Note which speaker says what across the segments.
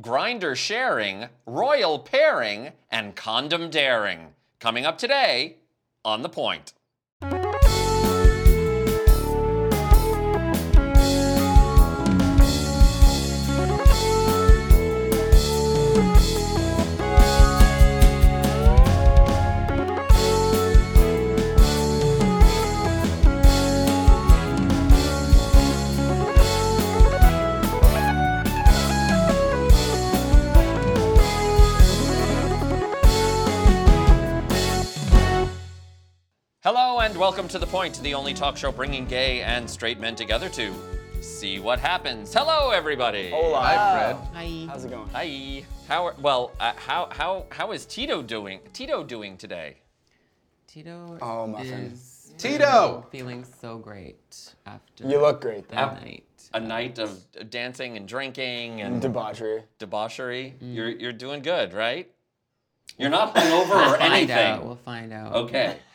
Speaker 1: grinder sharing, royal pairing, and condom daring. Coming up today on The Point. Hello and welcome to The Point, the only talk show bringing gay and straight men together to see what happens. Hello, everybody.
Speaker 2: Oh.
Speaker 3: Hi,
Speaker 2: Hi.
Speaker 3: How's it going?
Speaker 1: Hi. How are, well, uh, how, how, how is Tito doing? Tito doing today?
Speaker 2: Tito
Speaker 3: Oh, my friend.
Speaker 2: is
Speaker 4: Tito!
Speaker 2: feeling so great after
Speaker 3: You look great,
Speaker 2: the
Speaker 3: though.
Speaker 2: night.
Speaker 1: A night of dancing and drinking and
Speaker 2: Mm.
Speaker 3: Debauchery.
Speaker 1: debauchery. You're, you're doing good, right? You're not hungover or
Speaker 2: Find out.
Speaker 1: anything.
Speaker 2: We'll find out.
Speaker 1: Okay.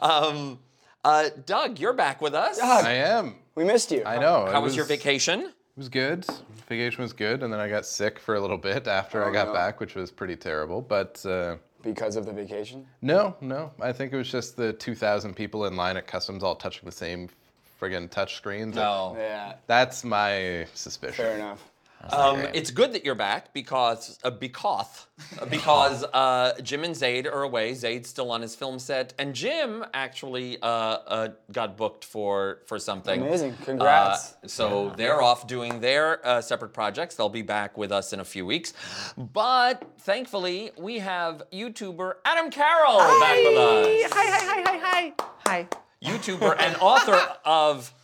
Speaker 1: Um, uh, Doug, you're back with us.
Speaker 3: Doug.
Speaker 4: I am.
Speaker 3: We missed you.
Speaker 4: I know.
Speaker 1: How was your vacation?
Speaker 4: It was good. Vacation was good, and then I got sick for a little bit after I got
Speaker 3: Oh, no.
Speaker 4: back, which was pretty terrible. But uh,
Speaker 3: Because of the vacation.
Speaker 4: no, no. I think it was just the 2,000 people in line at customs all touching the same friggin' touch screens.
Speaker 1: No.
Speaker 3: Yeah,
Speaker 4: That's my suspicion.
Speaker 3: fair enough.
Speaker 1: Um, it's good that you're back because uh, because uh, because uh, Jim and Zayd are away. Zayd's still on his film set, and Jim actually uh, uh, got booked for for something.
Speaker 3: Amazing. Congrats.
Speaker 1: Uh, so they're off doing their uh, separate projects. They'll be back with us in a few weeks, but thankfully we have YouTuber Adam Carroll back with
Speaker 5: Hi,
Speaker 1: us.
Speaker 5: hi, hi, hi, hi. Hi.
Speaker 1: YouTuber and author of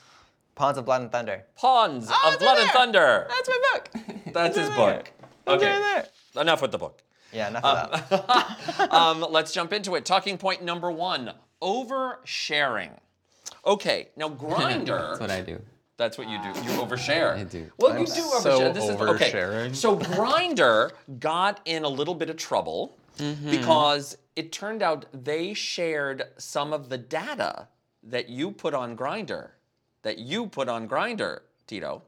Speaker 6: Pawns of Blood and Thunder.
Speaker 1: Pawns
Speaker 5: Oh,
Speaker 1: of
Speaker 5: they're
Speaker 1: Blood and
Speaker 5: there.
Speaker 1: Thunder.
Speaker 5: That's my book.
Speaker 1: That's his book. Okay. Enough with the book.
Speaker 6: Yeah, enough of that.
Speaker 1: Um, let's jump into it. Talking point number one: oversharing. Okay, now Grinder.
Speaker 2: That's what I do.
Speaker 1: That's what you do. You overshare.
Speaker 2: I do.
Speaker 1: Well, you
Speaker 4: I'm
Speaker 1: do overshare.
Speaker 4: so
Speaker 1: this is okay.
Speaker 4: oversharing.
Speaker 1: So Grinder got in a little bit of trouble
Speaker 4: Mm-hmm.
Speaker 1: because it turned out they shared some of the data that you put on Grinder, that you put on Grinder, Tito.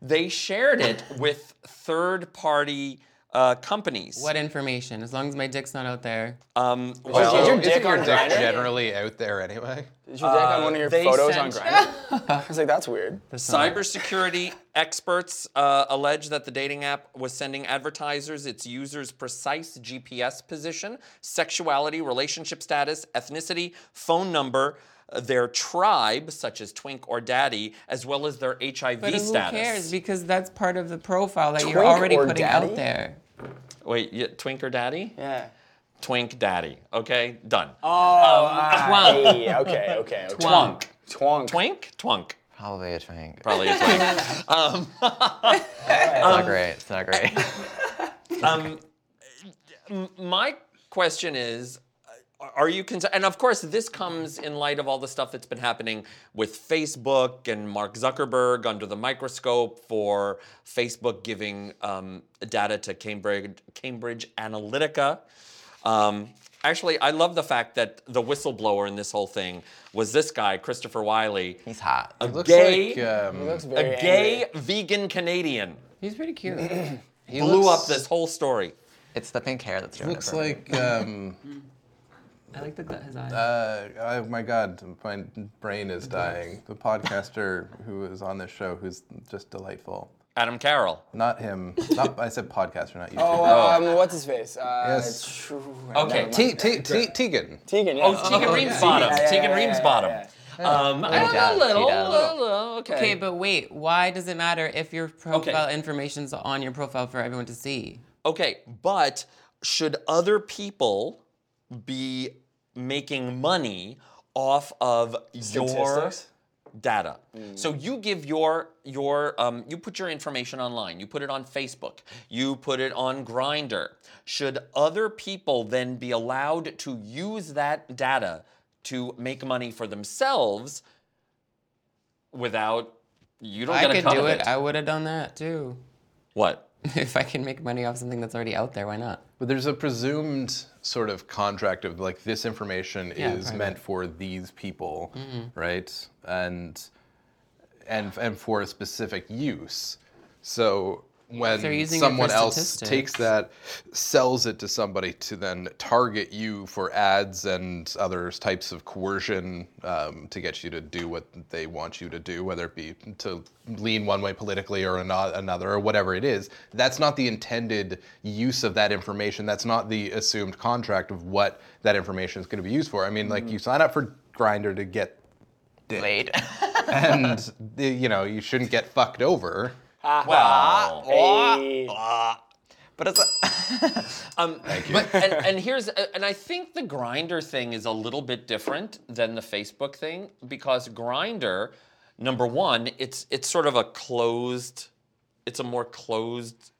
Speaker 1: They shared it with third-party uh, companies.
Speaker 2: What information? As long as my dick's not out there.
Speaker 1: Um,
Speaker 4: Well,
Speaker 3: Is your
Speaker 4: isn't
Speaker 3: dick on
Speaker 4: Oh, dick
Speaker 3: Grindr?
Speaker 4: generally out there anyway?
Speaker 3: Did you take on one of your
Speaker 1: Uh, they
Speaker 3: photos on
Speaker 1: sent-
Speaker 3: Grindr? I was like, that's weird.
Speaker 1: Cybersecurity experts uh, allege that the dating app was sending advertisers its users' precise GPS position, sexuality, relationship status, ethnicity, phone number, uh, their tribe, such as twink or daddy, as well as their HIV
Speaker 2: But who
Speaker 1: status.
Speaker 2: cares? Because that's part of the profile that you're
Speaker 3: Twink
Speaker 2: already
Speaker 3: or
Speaker 2: putting
Speaker 3: daddy?
Speaker 2: out there.
Speaker 1: Wait, y twink or daddy?
Speaker 3: Yeah.
Speaker 1: Twink daddy. Okay, done. Um,
Speaker 3: Oh,
Speaker 2: Twunk.
Speaker 3: hey, okay, okay. okay.
Speaker 1: Twunk.
Speaker 3: Twonk.
Speaker 1: Twink? Twunk.
Speaker 6: Probably a triangle.
Speaker 1: Probably a twink.
Speaker 6: It's not great. It's not great.
Speaker 1: Um, my question is uh, are you concerned and of course this comes in light of all the stuff that's been happening with facebook and mark zuckerberg under the microscope for facebook giving um, data to cambridge, cambridge analytica um, actually i love the fact that the whistleblower in this whole thing was this guy christopher wiley
Speaker 6: He's hot.
Speaker 4: Looks
Speaker 1: Gay.
Speaker 4: like um,
Speaker 3: That's
Speaker 1: a
Speaker 3: very
Speaker 1: gay vegan canadian
Speaker 2: He's pretty cute.
Speaker 4: he
Speaker 1: blew
Speaker 4: looks-
Speaker 1: up this whole story
Speaker 6: It's the pink hair that's doing it
Speaker 4: Looks
Speaker 6: for me.
Speaker 4: like um,
Speaker 2: I like the, his eyes.
Speaker 4: Uh, oh my God, my brain is dying. The podcaster who is on this show, who's just delightful.
Speaker 1: adam carroll
Speaker 4: Not him. Not I said podcaster, not you.
Speaker 3: Oh, um, what's his face? Uh,
Speaker 4: Yes.
Speaker 3: True.
Speaker 1: Okay,
Speaker 3: never mind.
Speaker 4: T- T- T- Tegan.
Speaker 3: Tegan, yeah.
Speaker 1: Oh, Tegan Reamsbottom.
Speaker 3: yeah, yeah,
Speaker 1: Tegan
Speaker 3: yeah, yeah,
Speaker 1: Reamsbottom. Um, I
Speaker 6: He
Speaker 1: don't know,
Speaker 6: does, he
Speaker 1: little,
Speaker 6: does.
Speaker 1: little, okay.
Speaker 2: okay, but wait. Why does it matter if your profile information's on your profile for everyone to see?
Speaker 1: okay, but should other people be making money off of your
Speaker 3: Statistics?
Speaker 1: data? So
Speaker 2: Mm.
Speaker 1: you give your your um, you put your information online. You put it on Facebook. You put it on Grinder. Should other people then be allowed to use that data to make money for themselves without you don't
Speaker 2: I
Speaker 1: get a
Speaker 2: could
Speaker 1: cut
Speaker 2: do
Speaker 1: of
Speaker 2: it.
Speaker 1: it?
Speaker 2: I would have done that too.
Speaker 1: what?
Speaker 2: if I can make money off something that's already out there, why not?
Speaker 4: But there's a presumed sort of contract of like this information
Speaker 2: Yeah,
Speaker 4: is
Speaker 2: private.
Speaker 4: meant for these people, right? And and and for a specific use. So when
Speaker 2: They're using it for
Speaker 4: someone else
Speaker 2: statistics.
Speaker 4: takes that, sells it to somebody to then target you for ads and other types of coercion um, to get you to do what they want you to do, whether it be to lean one way politically or ano- another or whatever it is. That's not the intended use of that information. That's not the assumed contract of what that information is going to be used for. I mean,
Speaker 2: Mm-hmm.
Speaker 4: like you sign up for Grinder to get
Speaker 6: Laid.
Speaker 4: and the- you know you shouldn't get fucked over.
Speaker 2: Ah.
Speaker 1: Wow.
Speaker 3: Hey.
Speaker 1: uh,
Speaker 6: but it's
Speaker 1: Um, Thank you. and, and here's, uh, and I think the grinder thing is a little bit different than the Facebook thing because grinder, number one, it's it's sort of a closed, it's a more closed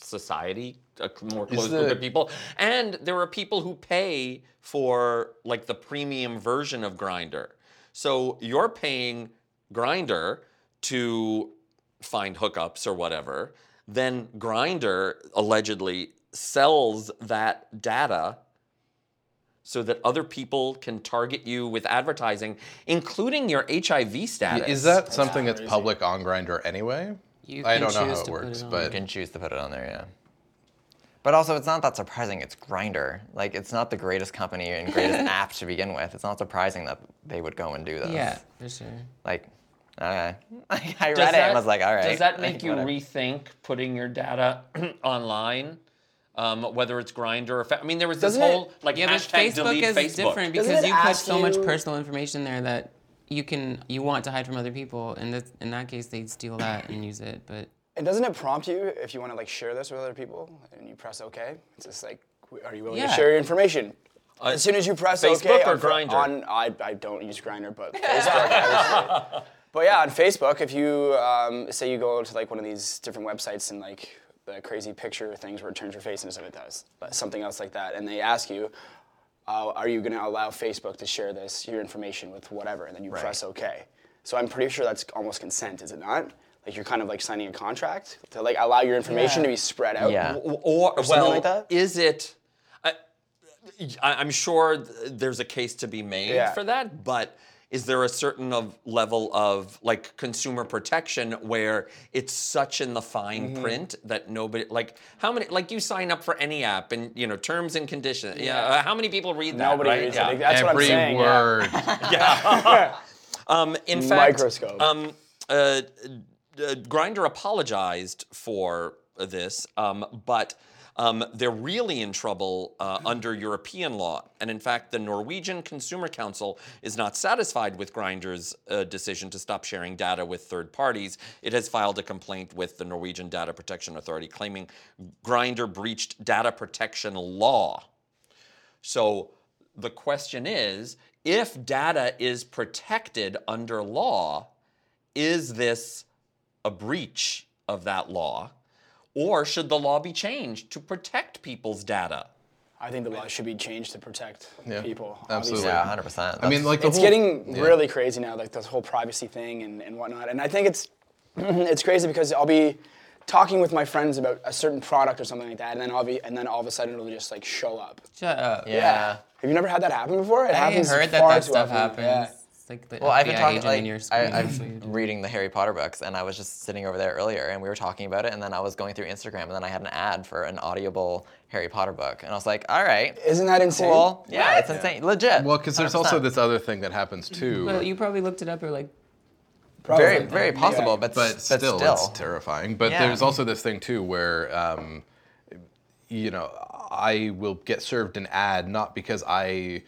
Speaker 1: society, a c- more closed group
Speaker 4: the-
Speaker 1: of people, and there are people who pay for like the premium version of grinder. So you're paying grinder to find hookups or whatever, then Grinder allegedly sells that data so that other people can target you with advertising, including your HIV status.
Speaker 4: Is that something that's public on Grinder anyway?
Speaker 2: You
Speaker 4: I
Speaker 2: can
Speaker 4: don't know
Speaker 2: choose
Speaker 4: how it
Speaker 2: to put
Speaker 4: works,
Speaker 2: it on.
Speaker 6: you
Speaker 4: but
Speaker 6: can choose to put it on there, yeah. But also, it's not that surprising. It's Grinder. Like, it's not the greatest company and greatest app to begin with. It's not surprising that they would go and do this.
Speaker 2: Yeah, for sure.
Speaker 6: Like, okay. I read
Speaker 1: Does
Speaker 6: it
Speaker 1: that-
Speaker 6: and was like, all right.
Speaker 1: Does that
Speaker 6: like,
Speaker 1: make you
Speaker 6: whatever.
Speaker 1: rethink putting your data online? Um, whether it's Grinder or Fa- I mean, there was this
Speaker 3: Doesn't it-
Speaker 1: whole like
Speaker 2: Yeah, but
Speaker 1: hashtag
Speaker 2: Facebook
Speaker 1: delete
Speaker 2: is
Speaker 1: Facebook.
Speaker 2: different
Speaker 3: Doesn't
Speaker 2: because
Speaker 3: it
Speaker 2: you put
Speaker 3: ask
Speaker 2: so much
Speaker 3: you-
Speaker 2: personal information there that you can you want to hide from other people. And that, in that case, they'd steal that and use it. But
Speaker 3: And doesn't it prompt you if you want to like share this with other people and you press OK? It's just like, w- are you willing to
Speaker 2: Yeah.
Speaker 3: share your information? as soon as you press
Speaker 1: Facebook
Speaker 3: OK
Speaker 1: or
Speaker 3: on, fa-
Speaker 1: Grindr?
Speaker 3: on I, I don't use Grinder, but Facebook. obviously. but yeah, on Facebook, if you um, say you go to like one of these different websites and like the crazy picture things where it turns your face into something else, but something else like that, and they ask you, uh, are you going to allow Facebook to share this your information with whatever, and then you press OK. So I'm pretty sure that's almost consent, is it not? Like you're kind of like signing a contract to like allow your information to be spread out.
Speaker 6: Yeah.
Speaker 1: W- or, well,
Speaker 3: like that?
Speaker 1: is it? I, I- I'm sure th- there's a case to be made
Speaker 3: Yeah.
Speaker 1: for that, but is there a certain of level of like consumer protection where it's such in the fine
Speaker 3: Mm-hmm.
Speaker 1: print that nobody like how many like you sign up for any app and you know terms and conditions yeah, uh, how many people read that
Speaker 3: Nobody
Speaker 1: right?
Speaker 3: reads
Speaker 1: Yeah.
Speaker 3: it. That's what I'm
Speaker 4: every
Speaker 3: saying. yeah.
Speaker 4: word.
Speaker 1: Um, in fact,
Speaker 3: Microscope.
Speaker 1: Um, uh, uh, Grinder apologized for this, um, but um, they're really in trouble uh, under European law. And in fact, the Norwegian Consumer Council is not satisfied with Grinder's uh, decision to stop sharing data with third parties. It has filed a complaint with the Norwegian Data Protection Authority claiming Grinder breached data protection law. So the question is if data is protected under law, is this a breach of that law? Or should the law be changed to protect people's data?
Speaker 3: I think the law should be changed to protect
Speaker 4: Yeah,
Speaker 3: people.
Speaker 4: absolutely.
Speaker 3: obviously.
Speaker 6: Yeah, 100%.
Speaker 4: I mean,
Speaker 6: That's-
Speaker 4: like the
Speaker 3: It's
Speaker 4: whole,
Speaker 3: getting really crazy now, like this whole privacy thing and, and whatnot. And I think it's it's crazy because I'll be talking with my friends about a certain product or something like that, and then I'll be and then all of a sudden it'll just like show up.
Speaker 2: shut up.
Speaker 6: yeah.
Speaker 3: Have you never had that happen before? It
Speaker 2: I
Speaker 3: happens
Speaker 2: heard that
Speaker 3: far
Speaker 2: that
Speaker 3: too
Speaker 2: stuff happens.
Speaker 3: often. Yeah.
Speaker 2: It's like the
Speaker 6: Well, I've been
Speaker 2: FBI
Speaker 6: talking
Speaker 2: agent in your
Speaker 6: like
Speaker 2: screen.
Speaker 6: I,
Speaker 2: That's what you
Speaker 6: I'm
Speaker 2: do.
Speaker 6: reading the Harry Potter books, and I was just sitting over there earlier, and we were talking about it, and then I was going through Instagram, and then I had an ad for an audible Harry Potter book, and I was like, all right,
Speaker 3: Isn't that insane?
Speaker 6: cool, yeah, it's insane, legit.
Speaker 4: well, because there's also
Speaker 6: 100%.
Speaker 4: this other thing that happens too.
Speaker 2: Well, you probably looked it up or like
Speaker 6: very,
Speaker 3: Probably.
Speaker 6: very possible, but,
Speaker 4: but
Speaker 6: s- but
Speaker 4: still,
Speaker 6: still,
Speaker 4: it's terrifying. But
Speaker 6: Yeah.
Speaker 4: there's also this thing too where, um, you know, I will get served an ad not because I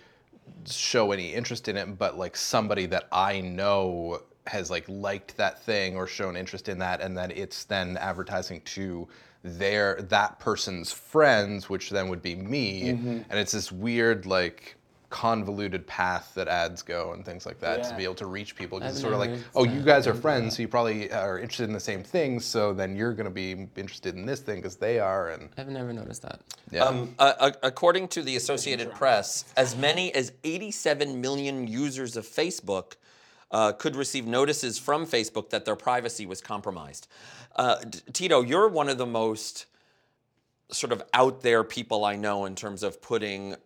Speaker 4: show any interest in it, but like somebody that I know has like liked that thing or shown interest in that, and then it's then advertising to their that person's friends, which then would be me, and it's this weird like convoluted path that ads go and things like that to
Speaker 3: Yeah.
Speaker 4: be able to reach people because it's
Speaker 2: I've
Speaker 4: sort of like
Speaker 2: never
Speaker 4: oh you guys are friends so you probably are interested in the same thing so then you're going to be interested in this thing because they are and
Speaker 2: I've never noticed that.
Speaker 4: yeah
Speaker 1: Um, uh, uh, according to the Associated Press, as many as 87 million users of Facebook uh, could receive notices from Facebook that their privacy was compromised. Uh, T- Tito, you're one of the most sort of out there people I know in terms of putting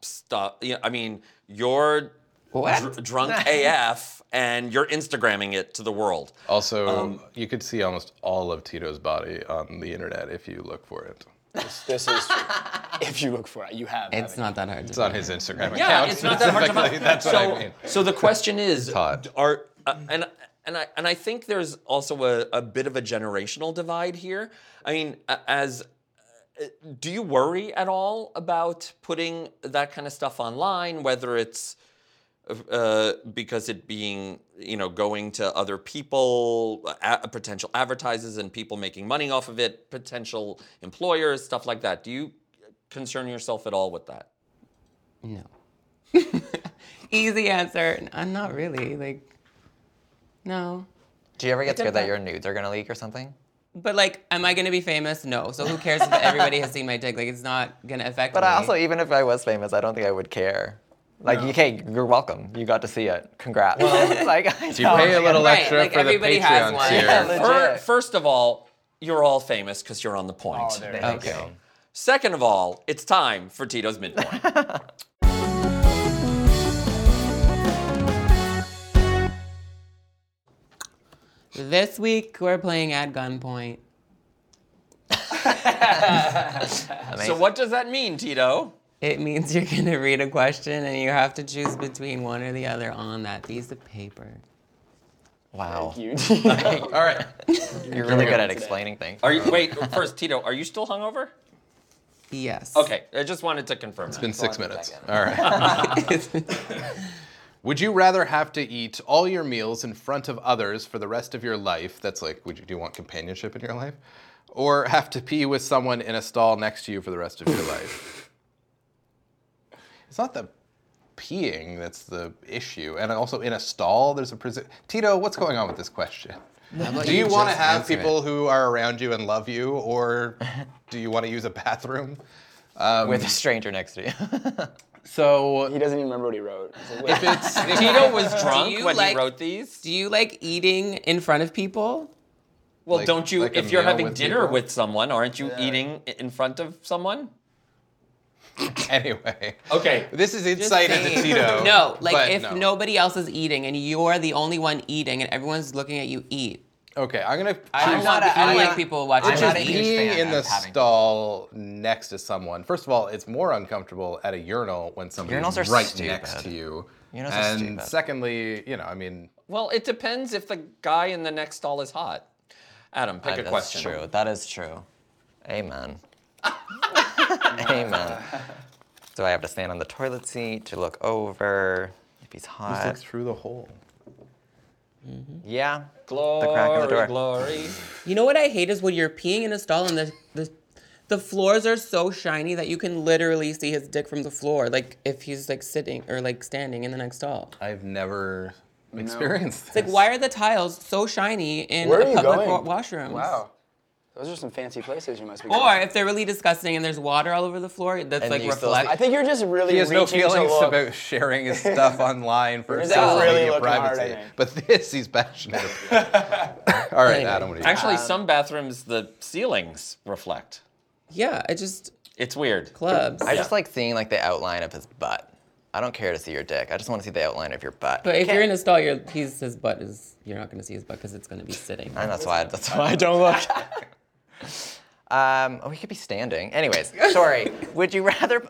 Speaker 1: stuff. You know, I mean, your
Speaker 2: What?
Speaker 1: dr- drunk AF, and you're Instagramming it to the world.
Speaker 4: Also,
Speaker 2: Um,
Speaker 4: you could see almost all of Tito's body on the internet if you look for it.
Speaker 3: This is true. if you look for it, you have.
Speaker 2: It's
Speaker 3: haven't
Speaker 2: not that hard to
Speaker 4: It's on his Instagram account.
Speaker 1: Yeah, it's not that hard to
Speaker 4: specifically.
Speaker 1: find.
Speaker 4: That's
Speaker 1: so,
Speaker 4: what I mean.
Speaker 1: so the question is,
Speaker 4: hot.
Speaker 1: d- are uh, and and I and I think there's also a, a bit of a generational divide here. I mean, a- as uh, do you worry at all about putting that kind of stuff online, whether it's uh, because it being, you know, going to other people, a- potential advertisers and people making money off of it, potential employers, stuff like that. Do you concern yourself at all with that?
Speaker 2: do. No. Easy answer. I'm not really like. No.
Speaker 6: Do you ever get scared
Speaker 2: doesn't-
Speaker 6: that your nudes are gonna leak or something?
Speaker 2: But like, am I gonna be famous? No. So who cares if everybody has seen my dick? Like, it's not gonna affect
Speaker 6: But
Speaker 2: me.
Speaker 6: I also, even if I was famous, I don't think I would care. Like, you okay, you're welcome. You got to see it. Congrats. like, I
Speaker 4: Do you pay a little
Speaker 2: Right,
Speaker 4: extra
Speaker 2: like,
Speaker 4: for the
Speaker 2: everybody has
Speaker 4: Patreon
Speaker 2: one.
Speaker 4: tier?
Speaker 6: Yeah,
Speaker 1: Fir-
Speaker 6: Legit.
Speaker 1: first of all, you're all famous because you're on the point.
Speaker 3: Oh, there it is.
Speaker 6: Okay.
Speaker 1: Second of all, it's time for Tito's midpoint.
Speaker 2: This week we're playing at gunpoint.
Speaker 1: so what does that mean, Tito?
Speaker 2: It means you're gonna read a question and you have to choose between one or the other on that piece of paper.
Speaker 6: Wow. You.
Speaker 3: Thank you.
Speaker 4: All right.
Speaker 6: are really good at explaining things.
Speaker 1: Are you wait first, Tito? Are you still hungover?
Speaker 2: Yes.
Speaker 1: Okay, I just wanted to confirm. that.
Speaker 4: It's been six minutes. All right. Would you rather have to eat all your meals in front of others for the rest of your life? That's like, would you, do you want companionship in your life? Or have to pee with someone in a stall next to you for the rest of your life? It's not the peeing that's the issue. And also in a stall, there's a prison. Tito, what's going on with this question? Do you want to have people who are around you and love you, or do you want to use a bathroom?
Speaker 6: With a stranger next to you.
Speaker 4: So
Speaker 3: He doesn't even remember what he wrote. He's like, wait,
Speaker 4: if it's if
Speaker 1: Tito was drunk
Speaker 2: you
Speaker 1: when
Speaker 2: like-
Speaker 1: he wrote these.
Speaker 2: Do you like eating in front of people?
Speaker 1: Well,
Speaker 4: Like-
Speaker 1: don't you?
Speaker 4: like a
Speaker 1: if you're
Speaker 4: meal
Speaker 1: having
Speaker 4: with
Speaker 1: dinner
Speaker 4: people?
Speaker 1: with someone, aren't you eating i- in front of someone?
Speaker 4: anyway.
Speaker 1: Okay.
Speaker 4: This is insight into
Speaker 2: saying.
Speaker 4: Tito.
Speaker 2: No, like
Speaker 4: but
Speaker 2: if
Speaker 4: no.
Speaker 2: nobody else is eating and you're the only one eating and everyone's looking at you eat.
Speaker 4: Okay, I'm gonna.
Speaker 2: I
Speaker 4: choose-
Speaker 2: don't, want, I don't
Speaker 6: I'm
Speaker 2: like
Speaker 6: not-
Speaker 2: people watching
Speaker 6: I'm
Speaker 4: Just
Speaker 6: not
Speaker 2: me
Speaker 6: a
Speaker 2: eat.
Speaker 6: huge
Speaker 4: being
Speaker 6: fan
Speaker 4: in the
Speaker 6: of having-
Speaker 4: stall next to someone. First of all, it's more uncomfortable at a urinal when somebody's
Speaker 6: Urinals are
Speaker 4: right
Speaker 6: stupid.
Speaker 4: next to you.
Speaker 6: Urinals are
Speaker 4: and
Speaker 6: stupid.
Speaker 4: secondly, you know, I mean,
Speaker 1: Well, it depends if the guy in the next stall is hot. Adam, pick a
Speaker 6: Uh, That's
Speaker 1: question.
Speaker 6: true. That is true. Amen. Amen. Do I have to stand on the toilet seat to look over if he's
Speaker 4: just
Speaker 6: hot?
Speaker 4: look through the hole.
Speaker 6: Yeah.
Speaker 1: Glory,
Speaker 6: crack in the door.
Speaker 1: glory.
Speaker 2: You know what I hate is when you're peeing in a stall and the, the the floors are so shiny that you can literally see his dick from the floor, like if he's like sitting or like standing in the next stall.
Speaker 4: I've never experienced.
Speaker 2: It's like why are the tiles so shiny in
Speaker 3: Where
Speaker 2: a
Speaker 3: are you
Speaker 2: public
Speaker 3: going?
Speaker 2: wa- washrooms?
Speaker 3: wow. Those are some fancy places you must be.
Speaker 2: Or
Speaker 3: going.
Speaker 2: if they're really disgusting and there's water all over the floor, that's
Speaker 6: And
Speaker 2: like
Speaker 6: you still
Speaker 3: I
Speaker 2: reflect.
Speaker 3: think you're just really
Speaker 4: He has no
Speaker 3: reaching to
Speaker 4: feelings
Speaker 3: look.
Speaker 4: about sharing his stuff online for
Speaker 3: Is that
Speaker 4: social
Speaker 3: really
Speaker 4: media
Speaker 3: looking hard, I
Speaker 4: privacy.
Speaker 3: think?
Speaker 4: But this, he's passionate about. All right, Adam, what do you
Speaker 1: Actually, some bathrooms the ceilings reflect.
Speaker 2: Yeah, I just
Speaker 1: It's weird.
Speaker 2: clubs.
Speaker 6: I just like seeing like the outline of his butt. I don't care to see your dick. I just want to see the outline of your butt.
Speaker 2: but if you're in a stall, you're, he's, his butt is you're not gonna see his butt because it's gonna be sitting.
Speaker 6: and that's why that's why I don't look. um, oh, he could be standing. Anyways, sorry. would you rather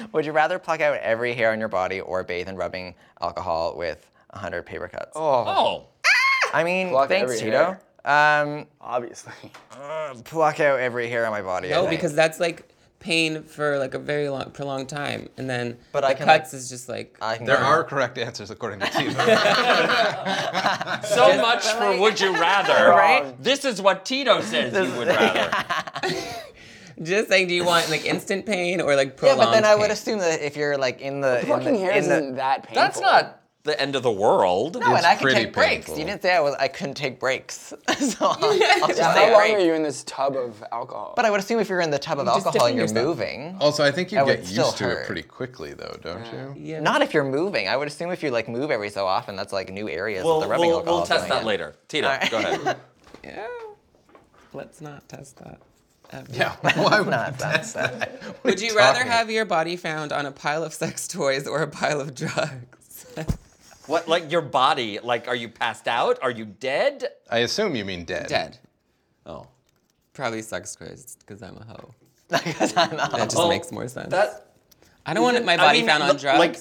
Speaker 6: would you rather pluck out every hair on your body or bathe in rubbing alcohol with 100 paper cuts?
Speaker 1: Oh,
Speaker 6: I mean,
Speaker 3: Pluck
Speaker 6: thanks,
Speaker 3: every
Speaker 6: Tito. Um,
Speaker 3: Obviously.
Speaker 6: uh, pluck out every hair on my body. I
Speaker 2: No,
Speaker 6: think.
Speaker 2: Oh, because that's like pain for like a very long, prolonged time, and then
Speaker 6: But
Speaker 2: the
Speaker 6: I can, like-
Speaker 2: cuts is just like
Speaker 6: I can
Speaker 4: There
Speaker 6: go-
Speaker 4: are correct answers according to Tito.
Speaker 1: so much for would you rather.
Speaker 6: Right?
Speaker 1: This is what Tito says you would rather.
Speaker 2: just saying. Do you want like instant pain or like
Speaker 6: Yeah,
Speaker 2: prolonged?
Speaker 6: but then I would
Speaker 2: pain?
Speaker 6: assume that if you're like in the in
Speaker 3: Plucking
Speaker 6: the,
Speaker 3: hair
Speaker 6: in the-
Speaker 3: isn't that painful.
Speaker 1: That's not the end of the world.
Speaker 6: No,
Speaker 4: It's
Speaker 6: and I can
Speaker 4: pretty
Speaker 6: take breaks. You
Speaker 4: painful.
Speaker 6: didn't say I was. I couldn't take breaks. so I'll, I'll just
Speaker 3: How
Speaker 6: say
Speaker 3: long
Speaker 6: break.
Speaker 3: are you in this tub of alcohol?
Speaker 6: But I would assume if you're in the tub of
Speaker 2: just
Speaker 6: alcohol and you're
Speaker 2: dipping yourself.
Speaker 6: moving.
Speaker 4: also, I think you
Speaker 6: That would
Speaker 4: get
Speaker 6: still
Speaker 4: used to
Speaker 6: hurt.
Speaker 4: it pretty quickly, though, don't you?
Speaker 2: Yeah.
Speaker 6: Not if you're moving. I would assume if you like move every so often, that's like new areas
Speaker 1: We'll,
Speaker 6: that the rubbing
Speaker 1: we'll-
Speaker 6: alcohol.
Speaker 1: we'll
Speaker 6: is
Speaker 1: test
Speaker 6: going
Speaker 1: that
Speaker 6: in.
Speaker 1: later. Tito,
Speaker 6: right.
Speaker 1: go ahead.
Speaker 2: Yeah. Let's not test that. ever.
Speaker 4: Yeah. Why would
Speaker 6: Not that bad.
Speaker 2: Would you rather
Speaker 4: talking?
Speaker 2: have your body found on a pile of sex toys or a pile of drugs?
Speaker 1: What, like your body? Like, are you passed out? Are you dead?
Speaker 4: I assume you mean dead.
Speaker 2: Dead.
Speaker 1: Oh.
Speaker 2: Probably sex quiz because I'm a hoe.
Speaker 6: Because I'm not.
Speaker 2: That just
Speaker 1: Oh,
Speaker 2: makes more sense.
Speaker 1: That,
Speaker 2: I don't want my
Speaker 1: I
Speaker 2: body
Speaker 1: mean,
Speaker 2: found on
Speaker 1: look,
Speaker 2: drugs.
Speaker 1: like,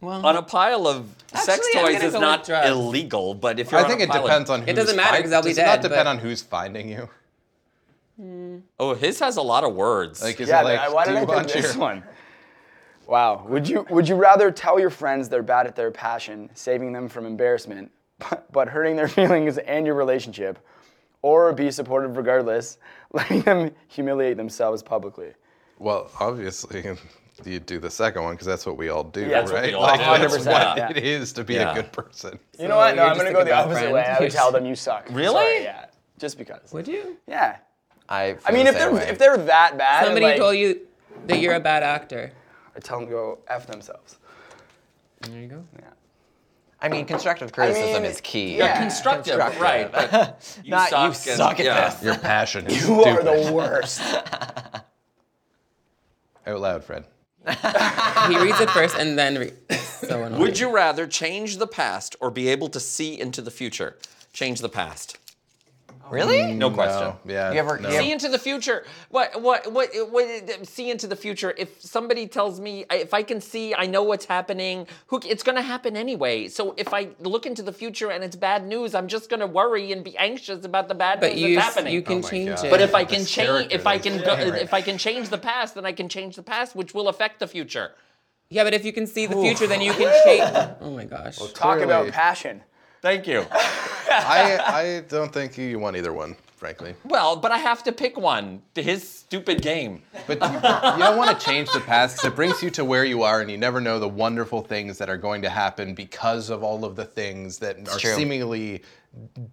Speaker 2: well,
Speaker 1: on a pile of sex
Speaker 2: Actually, I'm
Speaker 1: toys
Speaker 2: gonna
Speaker 1: is
Speaker 2: go
Speaker 1: not
Speaker 2: with drugs.
Speaker 1: illegal, but if you're
Speaker 4: I
Speaker 1: on
Speaker 4: think
Speaker 1: a
Speaker 4: it
Speaker 1: pile of-
Speaker 4: depends on who's
Speaker 2: doesn't matter
Speaker 4: find-
Speaker 2: 'cause I'll be
Speaker 4: does it not
Speaker 2: dead,
Speaker 4: depend
Speaker 2: but-
Speaker 4: on who's finding you.
Speaker 1: Oh, his has a lot of words.
Speaker 4: Like, is
Speaker 3: Yeah,
Speaker 4: it like,
Speaker 3: man, why
Speaker 4: do
Speaker 3: did
Speaker 4: you
Speaker 3: I
Speaker 4: want
Speaker 3: pick this
Speaker 4: your-
Speaker 3: one? Wow. Would you would you rather tell your friends they're bad at their passion, saving them from embarrassment, but, but hurting their feelings and your relationship, or be supportive regardless, letting them humiliate themselves publicly?
Speaker 4: Well, obviously, you do the second one because that's what we all do,
Speaker 3: that's
Speaker 4: right?
Speaker 3: what
Speaker 1: we all
Speaker 4: like,
Speaker 1: do.
Speaker 4: that's
Speaker 3: 100%,
Speaker 4: what
Speaker 3: yeah.
Speaker 4: it is to be
Speaker 1: Yeah.
Speaker 4: a good person.
Speaker 3: You know what? No,
Speaker 2: you're
Speaker 3: I'm
Speaker 2: just like
Speaker 3: gonna go
Speaker 2: a
Speaker 3: the
Speaker 2: bad
Speaker 3: opposite
Speaker 2: friend.
Speaker 3: way. I would tell them you suck.
Speaker 1: Really?
Speaker 3: Sorry, yeah. Just because.
Speaker 2: would you?
Speaker 3: Yeah.
Speaker 6: I.
Speaker 3: I mean, if they're if they're that bad,
Speaker 2: Somebody
Speaker 3: like,
Speaker 2: told you that you're a bad actor.
Speaker 3: I tell them to go f themselves.
Speaker 2: There you go.
Speaker 3: Yeah.
Speaker 6: I mean, constructive criticism
Speaker 3: mean,
Speaker 6: is key.
Speaker 3: yeah.
Speaker 1: constructive, right? But you
Speaker 6: Not
Speaker 1: suck
Speaker 6: you suck at
Speaker 1: yeah.
Speaker 6: this.
Speaker 4: Your passion is
Speaker 3: You are
Speaker 4: stupid.
Speaker 3: the worst.
Speaker 4: Out loud, Fred.
Speaker 2: He reads it first and then re- so annoying.
Speaker 1: Would you rather change the past or be able to see into the future? Change the past.
Speaker 6: Really?
Speaker 1: No question.
Speaker 4: Mm, No, yeah.
Speaker 6: You ever-
Speaker 4: no.
Speaker 6: you ever-
Speaker 1: Mm, See into the future. What, what? What? What? See into the future. If somebody tells me, I- if I can see, I know what's happening. Who? It's gonna happen anyway. So if I look into the future and it's bad news, I'm just gonna worry and be anxious about the bad
Speaker 2: But
Speaker 1: news
Speaker 2: you,
Speaker 1: that's happening.
Speaker 2: you can
Speaker 4: Oh my
Speaker 2: change
Speaker 4: God.
Speaker 2: it.
Speaker 1: but if I
Speaker 4: This
Speaker 1: can change, if I
Speaker 4: character
Speaker 1: can,
Speaker 4: is
Speaker 1: go,
Speaker 4: different.
Speaker 1: if I can change the past, then I can change the past, which will affect the future.
Speaker 2: yeah, but if you can see the future, then you can change. Oh my gosh.
Speaker 3: Talk about
Speaker 4: Clearly.
Speaker 3: passion.
Speaker 1: Thank you.
Speaker 4: I, I don't think you want either one, frankly.
Speaker 1: Well, but I have to pick one. His stupid game.
Speaker 4: But you, you don't want to change the past because it brings you to where you are, and you never know the wonderful things that are going to happen because of all of the things that are
Speaker 6: true.
Speaker 4: seemingly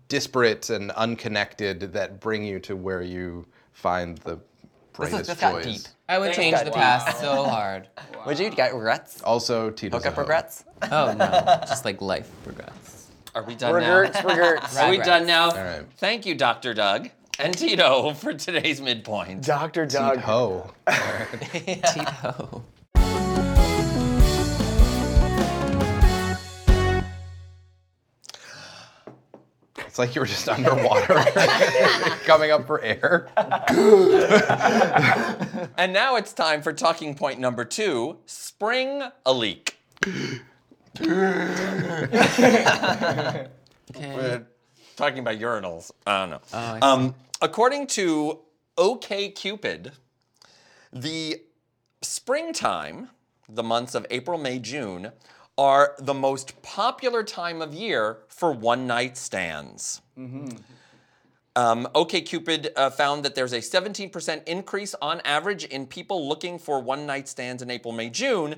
Speaker 4: disparate and unconnected that bring you to where you find the
Speaker 6: This, is,
Speaker 4: brightest
Speaker 6: this got
Speaker 4: joys.
Speaker 6: deep.
Speaker 2: I would change the past so hard.
Speaker 6: Would you get regrets?
Speaker 4: Also, Tito's
Speaker 6: Hookup
Speaker 4: a hoe.
Speaker 6: regrets?
Speaker 2: Oh no, just like life regrets.
Speaker 1: Are we done
Speaker 3: Regrets,
Speaker 1: now?
Speaker 3: regrets.
Speaker 1: Are we
Speaker 2: Regrets.
Speaker 1: done now?
Speaker 4: All right.
Speaker 1: Thank you, Dr. Doug and Tito, for today's midpoint.
Speaker 3: Dr. Doug.
Speaker 4: Ho.
Speaker 2: Tito.
Speaker 4: It's like you were just underwater, coming up for air.
Speaker 1: And now it's time for talking point number two spring a leak.
Speaker 2: Okay.
Speaker 1: Talking about urinals. I don't know.
Speaker 2: Oh, I see.
Speaker 1: um, according to OKCupid, the springtime, the months of April, May, June, are the most popular time of year for one night stands.
Speaker 2: Mm-hmm.
Speaker 1: Um, OKCupid uh, found that there's a 17% increase on average in people looking for one night stands in April, May, June,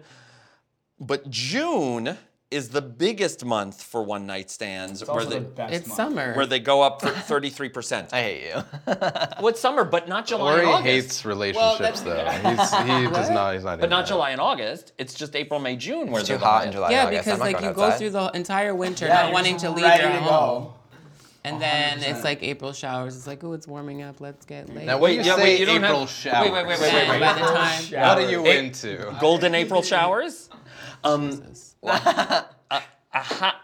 Speaker 1: but June is the biggest month for one night stands where they,
Speaker 2: It's summer.
Speaker 1: where they go up for 33%.
Speaker 6: I hate you.
Speaker 1: Well, it's summer, but not July
Speaker 4: Ori
Speaker 1: and August.
Speaker 4: hates relationships, though. He's, he does not. He's not.
Speaker 1: but not July and August. It's just April, May, June where
Speaker 6: It's
Speaker 1: they're
Speaker 6: too
Speaker 1: the
Speaker 6: hot in
Speaker 1: highest.
Speaker 6: July.
Speaker 2: yeah,
Speaker 6: and August.
Speaker 2: because
Speaker 6: I'm not
Speaker 2: like
Speaker 6: going
Speaker 2: you go
Speaker 6: outside.
Speaker 2: through the entire winter
Speaker 3: Yeah,
Speaker 2: not
Speaker 3: you're
Speaker 2: wanting to
Speaker 3: just
Speaker 2: leave
Speaker 3: ready
Speaker 2: your
Speaker 3: to go.
Speaker 2: home, and then it's like April showers. It's like, oh, it's warming up. Let's get laid.
Speaker 4: Now, what do you
Speaker 1: Yeah,
Speaker 4: say?
Speaker 1: wait, you don't
Speaker 4: April
Speaker 1: have-
Speaker 4: showers.
Speaker 1: Wait, wait, wait, wait,
Speaker 2: And
Speaker 1: wait,
Speaker 2: by
Speaker 1: wait.
Speaker 2: the time,
Speaker 4: What are you
Speaker 1: It-
Speaker 4: into?
Speaker 1: Golden April showers. Um, a hot,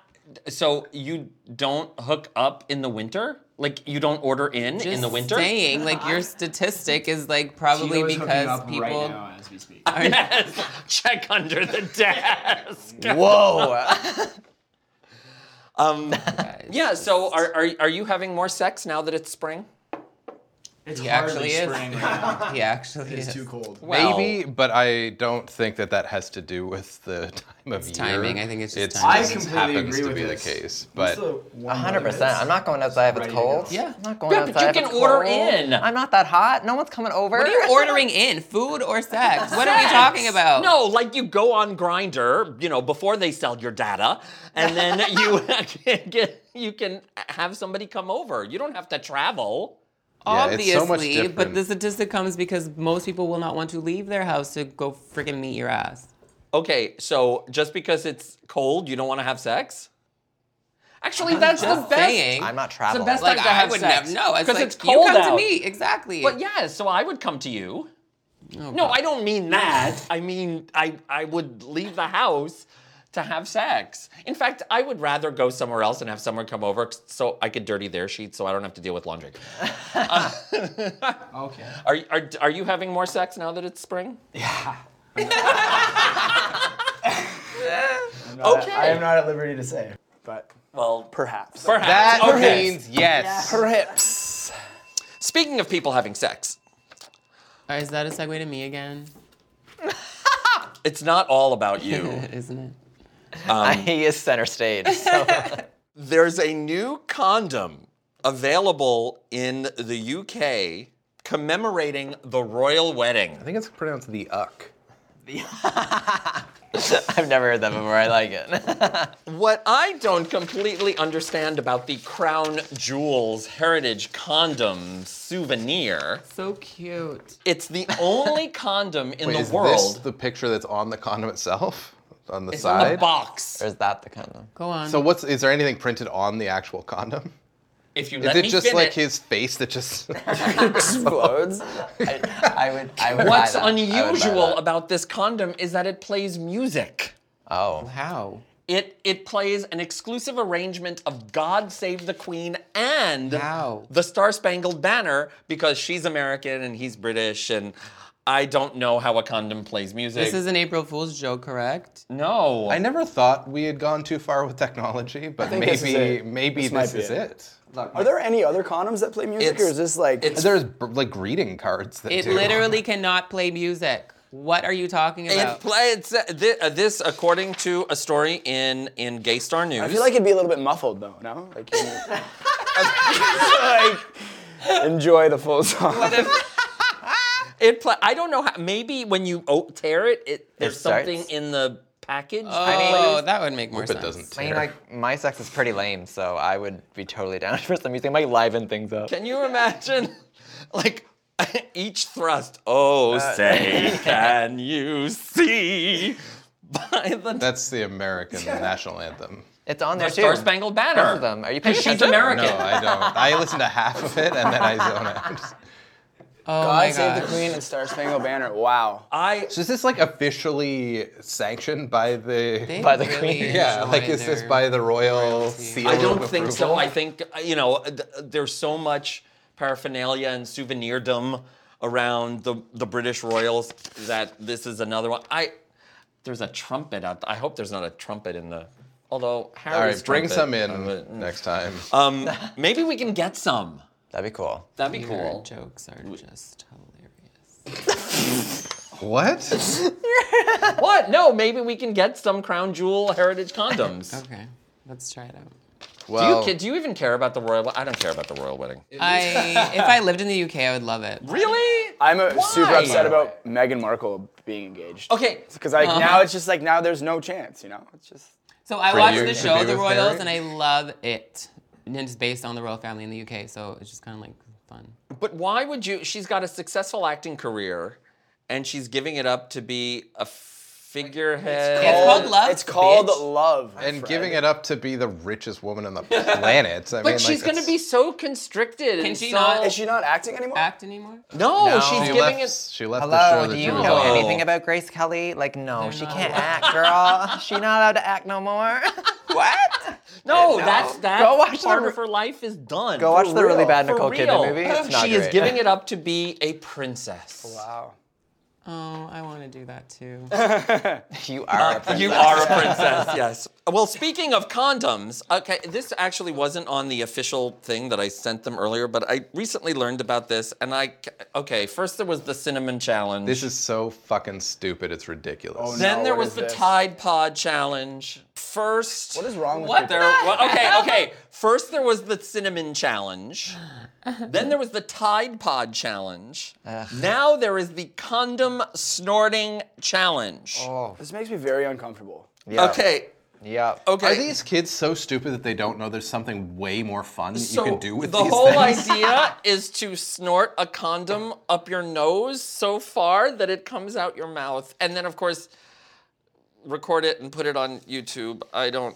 Speaker 1: so you don't hook up in the winter. Like you don't order in in
Speaker 2: just
Speaker 1: the winter.
Speaker 2: saying like your statistic is like probably because people
Speaker 3: as we speak.
Speaker 1: Yes. Check under the desk.
Speaker 6: Whoa!
Speaker 1: Um, yeah. So are, are are you having more sex now that it's spring?
Speaker 7: It's
Speaker 2: He actually
Speaker 7: hardly
Speaker 2: is.
Speaker 7: spring right now.
Speaker 2: he actually
Speaker 7: It's
Speaker 2: is.
Speaker 7: too cold.
Speaker 1: Well-
Speaker 4: Maybe, but I don't think that that has to do with the time of year.
Speaker 2: timing. I think it's just
Speaker 4: It's-
Speaker 2: timing.
Speaker 7: I
Speaker 4: just
Speaker 7: completely
Speaker 4: happens
Speaker 7: agree
Speaker 4: to
Speaker 7: with
Speaker 4: be
Speaker 7: this.
Speaker 4: the case,
Speaker 7: What's
Speaker 4: but
Speaker 7: the one
Speaker 6: hundred percent.
Speaker 7: that's
Speaker 6: I'm not going outside if
Speaker 7: ready
Speaker 6: it's
Speaker 7: to go?
Speaker 6: cold.
Speaker 2: Yeah.
Speaker 6: I'm not going
Speaker 1: Yeah, but you
Speaker 6: outside. if
Speaker 1: can
Speaker 6: it's
Speaker 1: order
Speaker 6: cold.
Speaker 1: in.
Speaker 6: I'm not that hot. No one's coming over.
Speaker 2: What are you ordering in? Food or sex? What are we talking about?
Speaker 1: No, like you go on Grinder, you know, before they sell your data, and then you can get you can have somebody come over. You don't have to travel.
Speaker 4: Yeah, it's
Speaker 2: Obviously,
Speaker 4: so much
Speaker 2: but
Speaker 4: different.
Speaker 2: the statistic comes because most people will not want to leave their house to go freaking meet your ass.
Speaker 1: Okay, so just because it's cold, you don't want to have sex? Actually, that's the
Speaker 2: just
Speaker 1: best.
Speaker 2: saying.
Speaker 6: I'm not
Speaker 1: It's the
Speaker 6: traveling.
Speaker 1: best
Speaker 2: Like
Speaker 1: time to
Speaker 2: I
Speaker 1: have
Speaker 2: would
Speaker 1: sex.
Speaker 2: never know. It's
Speaker 1: because
Speaker 2: like
Speaker 1: it's cold
Speaker 2: you come
Speaker 1: out.
Speaker 2: to me exactly.
Speaker 1: But yeah, so I would come to you.
Speaker 2: Oh,
Speaker 1: no, I don't mean that. I mean I I would leave the house
Speaker 7: to have sex. In fact, I would rather go somewhere else and have someone come over so I could dirty their sheets so I don't have to deal with laundry.
Speaker 3: Okay.
Speaker 7: Are, are, are you having more sex now that it's spring? Okay.
Speaker 3: I am not at liberty to say, but
Speaker 7: Well,
Speaker 3: perhaps.
Speaker 7: perhaps.
Speaker 4: That
Speaker 7: okay.
Speaker 4: means yes.
Speaker 3: Perhaps.
Speaker 7: Speaking of people having sex,
Speaker 2: Or is that a segue to me again?
Speaker 7: it's not all about you.
Speaker 2: Isn't it?
Speaker 6: he is center stage. So
Speaker 7: There's a new condom available in the UK commemorating the royal wedding.
Speaker 4: I think it's pronounced the uck.
Speaker 6: I've never heard that before. I like it.
Speaker 7: What I don't completely understand about the Crown Jewels Heritage Condom souvenir,
Speaker 2: So cute.
Speaker 7: it's the only condom in
Speaker 4: Wait,
Speaker 7: the
Speaker 4: is this
Speaker 7: world
Speaker 4: the picture that's on the condom itself? On the
Speaker 7: It's on
Speaker 4: side?
Speaker 7: the box.
Speaker 6: or is that the kind of?
Speaker 2: Go on.
Speaker 4: So what's is there anything printed on the actual condom?
Speaker 7: If you
Speaker 4: Is
Speaker 7: let
Speaker 4: it
Speaker 7: me
Speaker 4: just
Speaker 7: finish-
Speaker 4: like his face that just
Speaker 6: explodes. I, I would. I would
Speaker 7: What's
Speaker 6: buy that. I would buy
Speaker 7: unusual
Speaker 6: that.
Speaker 7: about this condom is that it plays music.
Speaker 6: Oh,
Speaker 2: How?
Speaker 7: It it plays an exclusive arrangement of God Save the Queen and
Speaker 2: Wow.
Speaker 7: the Star Spangled Banner because she's American and he's British and I don't know how a condom plays music.
Speaker 2: This is an April Fool's joke, correct?
Speaker 7: no.
Speaker 4: I never thought we had gone too far with technology, but
Speaker 3: think this is
Speaker 4: maybe
Speaker 3: it.
Speaker 4: maybe
Speaker 3: This might
Speaker 4: this
Speaker 3: be
Speaker 4: is
Speaker 3: it.
Speaker 4: it.
Speaker 3: Are there any other condoms that play music,
Speaker 7: It's-
Speaker 3: or is this like?
Speaker 7: it's-
Speaker 4: There's b- like greeting cards that
Speaker 2: It
Speaker 4: do.
Speaker 2: literally cannot play music. What are you talking
Speaker 7: It
Speaker 2: about?
Speaker 7: plays this, uh, this according to a story in in Gay Star News.
Speaker 3: I feel like it'd be a little bit muffled though. No, like, you know, like enjoy the full song.
Speaker 7: it pla- I don't know how. Maybe when you o- tear it, it there's
Speaker 6: starts.
Speaker 7: something in the package.
Speaker 2: oh, that would make more
Speaker 4: But
Speaker 2: sense.
Speaker 4: it doesn't
Speaker 6: I
Speaker 4: tear.
Speaker 6: mean, like my sex is pretty lame, so I would be totally down for some music. It might liven things up.
Speaker 7: Can you imagine, like, each thrust? Oh, say, can you see? By the
Speaker 4: That's the American national anthem.
Speaker 6: It's on there
Speaker 7: the
Speaker 6: too.
Speaker 7: Star Spangled Banner.
Speaker 6: Both of them. Are you
Speaker 7: And
Speaker 6: paying
Speaker 7: she's
Speaker 6: attention?
Speaker 7: American.
Speaker 4: No, I don't. I listen to half of it and then I zone out.
Speaker 2: Oh my
Speaker 3: God save the
Speaker 2: god.
Speaker 3: Queen and Star Spangled Banner. Wow.
Speaker 7: I
Speaker 4: So is this like officially sanctioned by the?
Speaker 6: By the Queen.
Speaker 4: yeah, like is this by the royal seal?
Speaker 7: I don't
Speaker 4: of
Speaker 7: think so.
Speaker 4: approval?
Speaker 7: I think uh, you know, th- there's so much paraphernalia and souvenirdom around the the British royals that this is another one. I there's a trumpet out. I hope there's not a trumpet in the. Although
Speaker 4: All
Speaker 7: Harry's
Speaker 4: right, bring
Speaker 7: trumpet-
Speaker 4: some in
Speaker 7: uh, but-
Speaker 4: next time.
Speaker 7: Um, maybe we can get some.
Speaker 6: That'd be cool.
Speaker 7: That'd be
Speaker 2: Your
Speaker 7: cool.
Speaker 2: jokes are just hilarious.
Speaker 4: what?
Speaker 7: What? No, maybe we can get some crown jewel heritage condoms.
Speaker 2: Okay, let's try it out.
Speaker 7: Do you
Speaker 4: Well,
Speaker 7: ki- do you even care about the royal? I don't care about the royal wedding.
Speaker 2: I, if I lived in the UK, I would love it.
Speaker 7: Really?
Speaker 3: I'm uh, super
Speaker 7: Why?
Speaker 3: upset about Meghan Markle being engaged.
Speaker 7: Okay.
Speaker 3: Because like now it's just like now there's no chance. You know, it's just.
Speaker 2: So I watch
Speaker 4: you
Speaker 2: the
Speaker 4: to
Speaker 2: show
Speaker 4: be
Speaker 2: The
Speaker 4: with
Speaker 2: Royals,
Speaker 4: Harry?
Speaker 2: and I love it. And it's based on the royal family in the UK, so it's just kind of like fun.
Speaker 7: But why would you? She's got a successful acting career, and she's giving it up to be a figurehead.
Speaker 2: It's called love.
Speaker 3: It's called
Speaker 2: bitch.
Speaker 3: love.
Speaker 4: and giving it up to be the richest woman on the planet. I mean,
Speaker 7: but
Speaker 4: like,
Speaker 7: she's gonna
Speaker 4: it's-
Speaker 7: be so constricted. and
Speaker 2: Can she
Speaker 7: so-
Speaker 2: not-
Speaker 3: Is she not acting anymore?
Speaker 2: act anymore.
Speaker 7: No,
Speaker 6: No.
Speaker 7: she's
Speaker 6: She
Speaker 4: She
Speaker 7: giving
Speaker 4: left,
Speaker 7: it.
Speaker 4: she left the
Speaker 6: Hello,
Speaker 4: show that
Speaker 6: do
Speaker 4: she
Speaker 6: you
Speaker 4: was
Speaker 6: know
Speaker 4: on.
Speaker 6: anything about Grace Kelly? Like, no, she
Speaker 2: not
Speaker 6: can't act, girl. She not allowed to act no more. what?
Speaker 7: No, that's that.
Speaker 6: Go watch the
Speaker 7: part
Speaker 6: re-
Speaker 7: of her life is done.
Speaker 6: Go watch the really bad
Speaker 7: For
Speaker 6: Nicole
Speaker 7: real.
Speaker 6: Kidman movie. It's not
Speaker 7: she is
Speaker 6: great.
Speaker 7: giving it up to be a princess.
Speaker 3: Wow.
Speaker 2: Oh, I want to do that too.
Speaker 6: You are a princess.
Speaker 7: You are a princess, yes. Well, speaking of condoms, okay, this actually wasn't on the official thing that I sent them earlier, but I recently learned about this, and I, okay, first there was the cinnamon challenge.
Speaker 4: This is so fucking stupid. It's ridiculous.
Speaker 3: Oh, no.
Speaker 7: then there
Speaker 3: what
Speaker 7: was
Speaker 3: is
Speaker 7: the
Speaker 3: this?
Speaker 7: Tide Pod challenge. First,
Speaker 3: What is wrong with
Speaker 7: what
Speaker 3: people?
Speaker 7: there? well, okay, okay. First there was the cinnamon challenge. then there was the Tide Pod challenge. Now there is the condom snorting challenge.
Speaker 3: This makes me very uncomfortable.
Speaker 6: Yep.
Speaker 7: Okay,
Speaker 6: Yep.
Speaker 7: okay.
Speaker 4: Are these kids so stupid that they don't know there's something way more fun that you can do with
Speaker 7: the
Speaker 4: these
Speaker 7: whole
Speaker 4: things?
Speaker 7: idea is to snort a condom up your nose so far that it comes out your mouth and then of course record it and put it on youtube i don't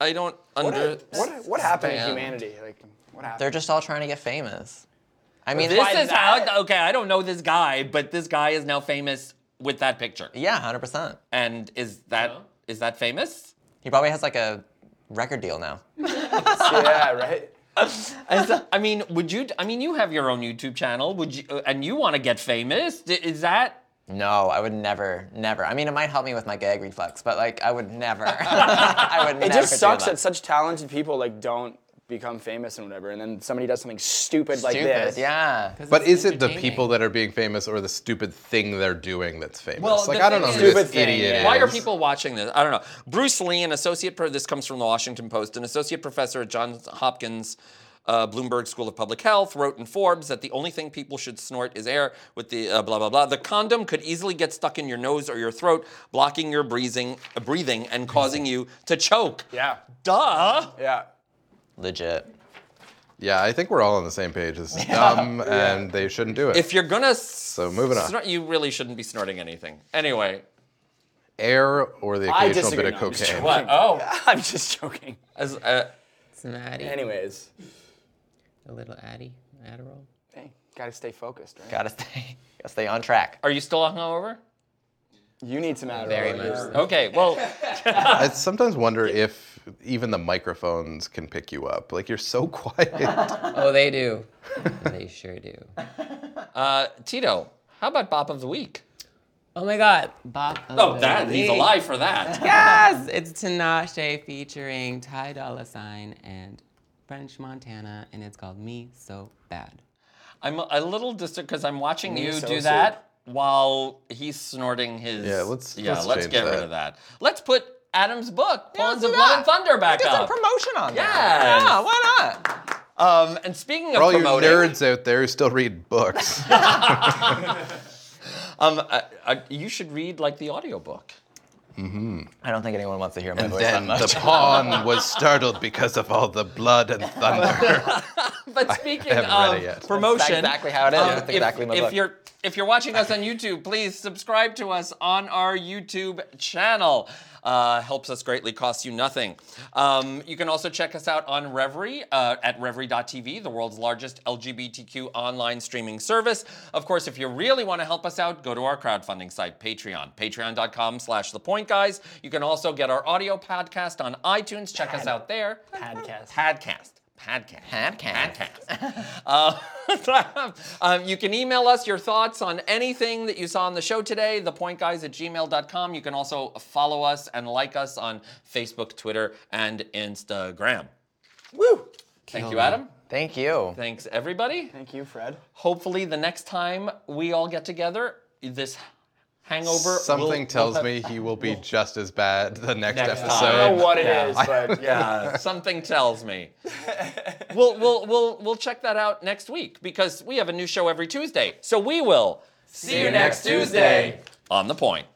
Speaker 7: i don't
Speaker 3: What,
Speaker 7: under
Speaker 3: what, what happened to
Speaker 7: Spam.
Speaker 3: humanity? Like, what happened?
Speaker 6: They're just all trying to get famous. I mean,
Speaker 7: this is
Speaker 3: that?
Speaker 7: how okay i don't know this guy but this guy is now famous with that picture
Speaker 6: yeah, hundred percent.
Speaker 7: and is that is Is that famous?
Speaker 6: He probably has like a record deal now.
Speaker 3: yeah, right?
Speaker 7: As a- I mean, would you? I mean, you have your own YouTube channel. Would you? uh, And you want to get famous? D- Is that?
Speaker 6: No, I would never, never. I mean, it might help me with my gag reflex, but like, I would never. I would
Speaker 3: It
Speaker 6: never.
Speaker 3: just
Speaker 6: do
Speaker 3: sucks
Speaker 6: that.
Speaker 3: that such talented people like don't become famous and whatever, and then somebody does something stupid, like
Speaker 6: Stupid,
Speaker 3: this.
Speaker 6: yeah.
Speaker 4: But is it the people that are being famous or the stupid thing they're doing that's famous?
Speaker 7: Well,
Speaker 4: like
Speaker 7: the
Speaker 4: I don't know
Speaker 7: thing
Speaker 4: who
Speaker 7: is-
Speaker 4: this
Speaker 3: Stupid thing,
Speaker 4: idiot
Speaker 3: yeah.
Speaker 4: is.
Speaker 7: Why are people watching this? I don't know. Bruce Lee, an associate. Pro- this comes from the Washington Post. An associate professor at Johns Hopkins. Uh, Bloomberg School of Public Health wrote in Forbes that the only thing people should snort is air with the uh, blah blah blah. The condom could easily get stuck in your nose or your throat, blocking your breathing, uh, breathing and causing you to choke.
Speaker 3: Yeah.
Speaker 7: Duh.
Speaker 3: Yeah.
Speaker 6: Legit.
Speaker 4: Yeah, I think we're all on the same page. This is dumb, and they shouldn't do it.
Speaker 7: If you're gonna
Speaker 4: so moving on,
Speaker 7: snort, you really shouldn't be snorting anything. Anyway,
Speaker 4: air or the
Speaker 3: I
Speaker 4: occasional
Speaker 3: disagree.
Speaker 4: bit of
Speaker 3: No, I'm just
Speaker 4: cocaine.
Speaker 3: joking.
Speaker 7: What? Oh.
Speaker 3: I'm just joking.
Speaker 7: as uh,
Speaker 2: It's an Addy.
Speaker 3: Anyways,
Speaker 2: A little Addy. Adderall.
Speaker 3: hey, gotta stay focused, right?
Speaker 6: Gotta stay, gotta stay on track.
Speaker 7: are you still hungover?
Speaker 3: You need some Adderall.
Speaker 2: Very much so.
Speaker 7: Okay. Well,
Speaker 4: I sometimes wonder if even the microphones can pick you up. Like you're so quiet.
Speaker 2: Oh, they do. they sure do.
Speaker 7: uh, Tito, how about Bop of the Week?
Speaker 2: Oh my God. Bop. of
Speaker 7: Oh,
Speaker 2: the
Speaker 7: that he's
Speaker 2: week.
Speaker 7: alive for that.
Speaker 2: Yes, it's Tinashe featuring Ty Dolla Sign and French Montana, and it's called Me So Bad.
Speaker 7: I'm a a little disturbed because I'm watching you
Speaker 3: so
Speaker 7: do
Speaker 3: soup.
Speaker 7: that while he's snorting his.
Speaker 4: Yeah, let's-
Speaker 7: Yeah, let's,
Speaker 4: let's change
Speaker 7: get rid
Speaker 4: that.
Speaker 7: of that. Let's put Adam's book, Pawns
Speaker 6: do
Speaker 7: of Blood
Speaker 6: that.
Speaker 7: and Thunder, back
Speaker 6: Get some
Speaker 7: up.
Speaker 6: promotion on
Speaker 7: Yes.
Speaker 6: that. Yeah, why not?
Speaker 7: um, and speaking of
Speaker 4: For all you
Speaker 7: promoting,
Speaker 4: nerds out there who still read books,
Speaker 7: um, uh, uh, you should read like the audiobook.
Speaker 6: I don't think anyone wants to hear my
Speaker 4: and
Speaker 6: voice that
Speaker 4: then
Speaker 6: much.
Speaker 4: the pawn was startled because of all the blood and thunder.
Speaker 7: But speaking
Speaker 4: haven't read it
Speaker 7: of
Speaker 4: yet. That's
Speaker 7: promotion,
Speaker 6: exactly how it is.
Speaker 7: um,
Speaker 6: That's exactly
Speaker 7: if,
Speaker 6: my
Speaker 7: if
Speaker 6: look.
Speaker 7: you're if you're watching us on YouTube, please subscribe to us on our YouTube channel. Uh, helps us greatly, costs you nothing. Um, you can also check us out on Reverie uh, at Reverie.tv, the world's largest LGBTQ online streaming service. Of course, if you really want to help us out, go to our crowdfunding site, Patreon, patreon.com slash the point guys. You can also get our audio podcast on iTunes. Check us out there. Podcast. Podcast. Podcast.
Speaker 6: Podcast.
Speaker 7: Uh, um, you can email us your thoughts on anything that you saw on the show today, thepointguys at gmail.com. You can also follow us and like us on Facebook, Twitter, and Instagram.
Speaker 3: Woo!
Speaker 7: Thank you, Adam.
Speaker 6: Thank you.
Speaker 7: Thanks, everybody.
Speaker 3: Thank you, Fred.
Speaker 7: Hopefully, the next time we all get together, this hangover will-
Speaker 4: Something
Speaker 7: will
Speaker 4: tells
Speaker 7: have-
Speaker 4: me he will be just as bad the next,
Speaker 7: Next
Speaker 4: episode.
Speaker 3: I don't
Speaker 7: time.
Speaker 3: know what it is, but yeah.
Speaker 7: Yeah, something tells me. we'll, we'll, we'll, we'll check that out next week because we have a new show every Tuesday. So we will see you next Tuesday on The Point.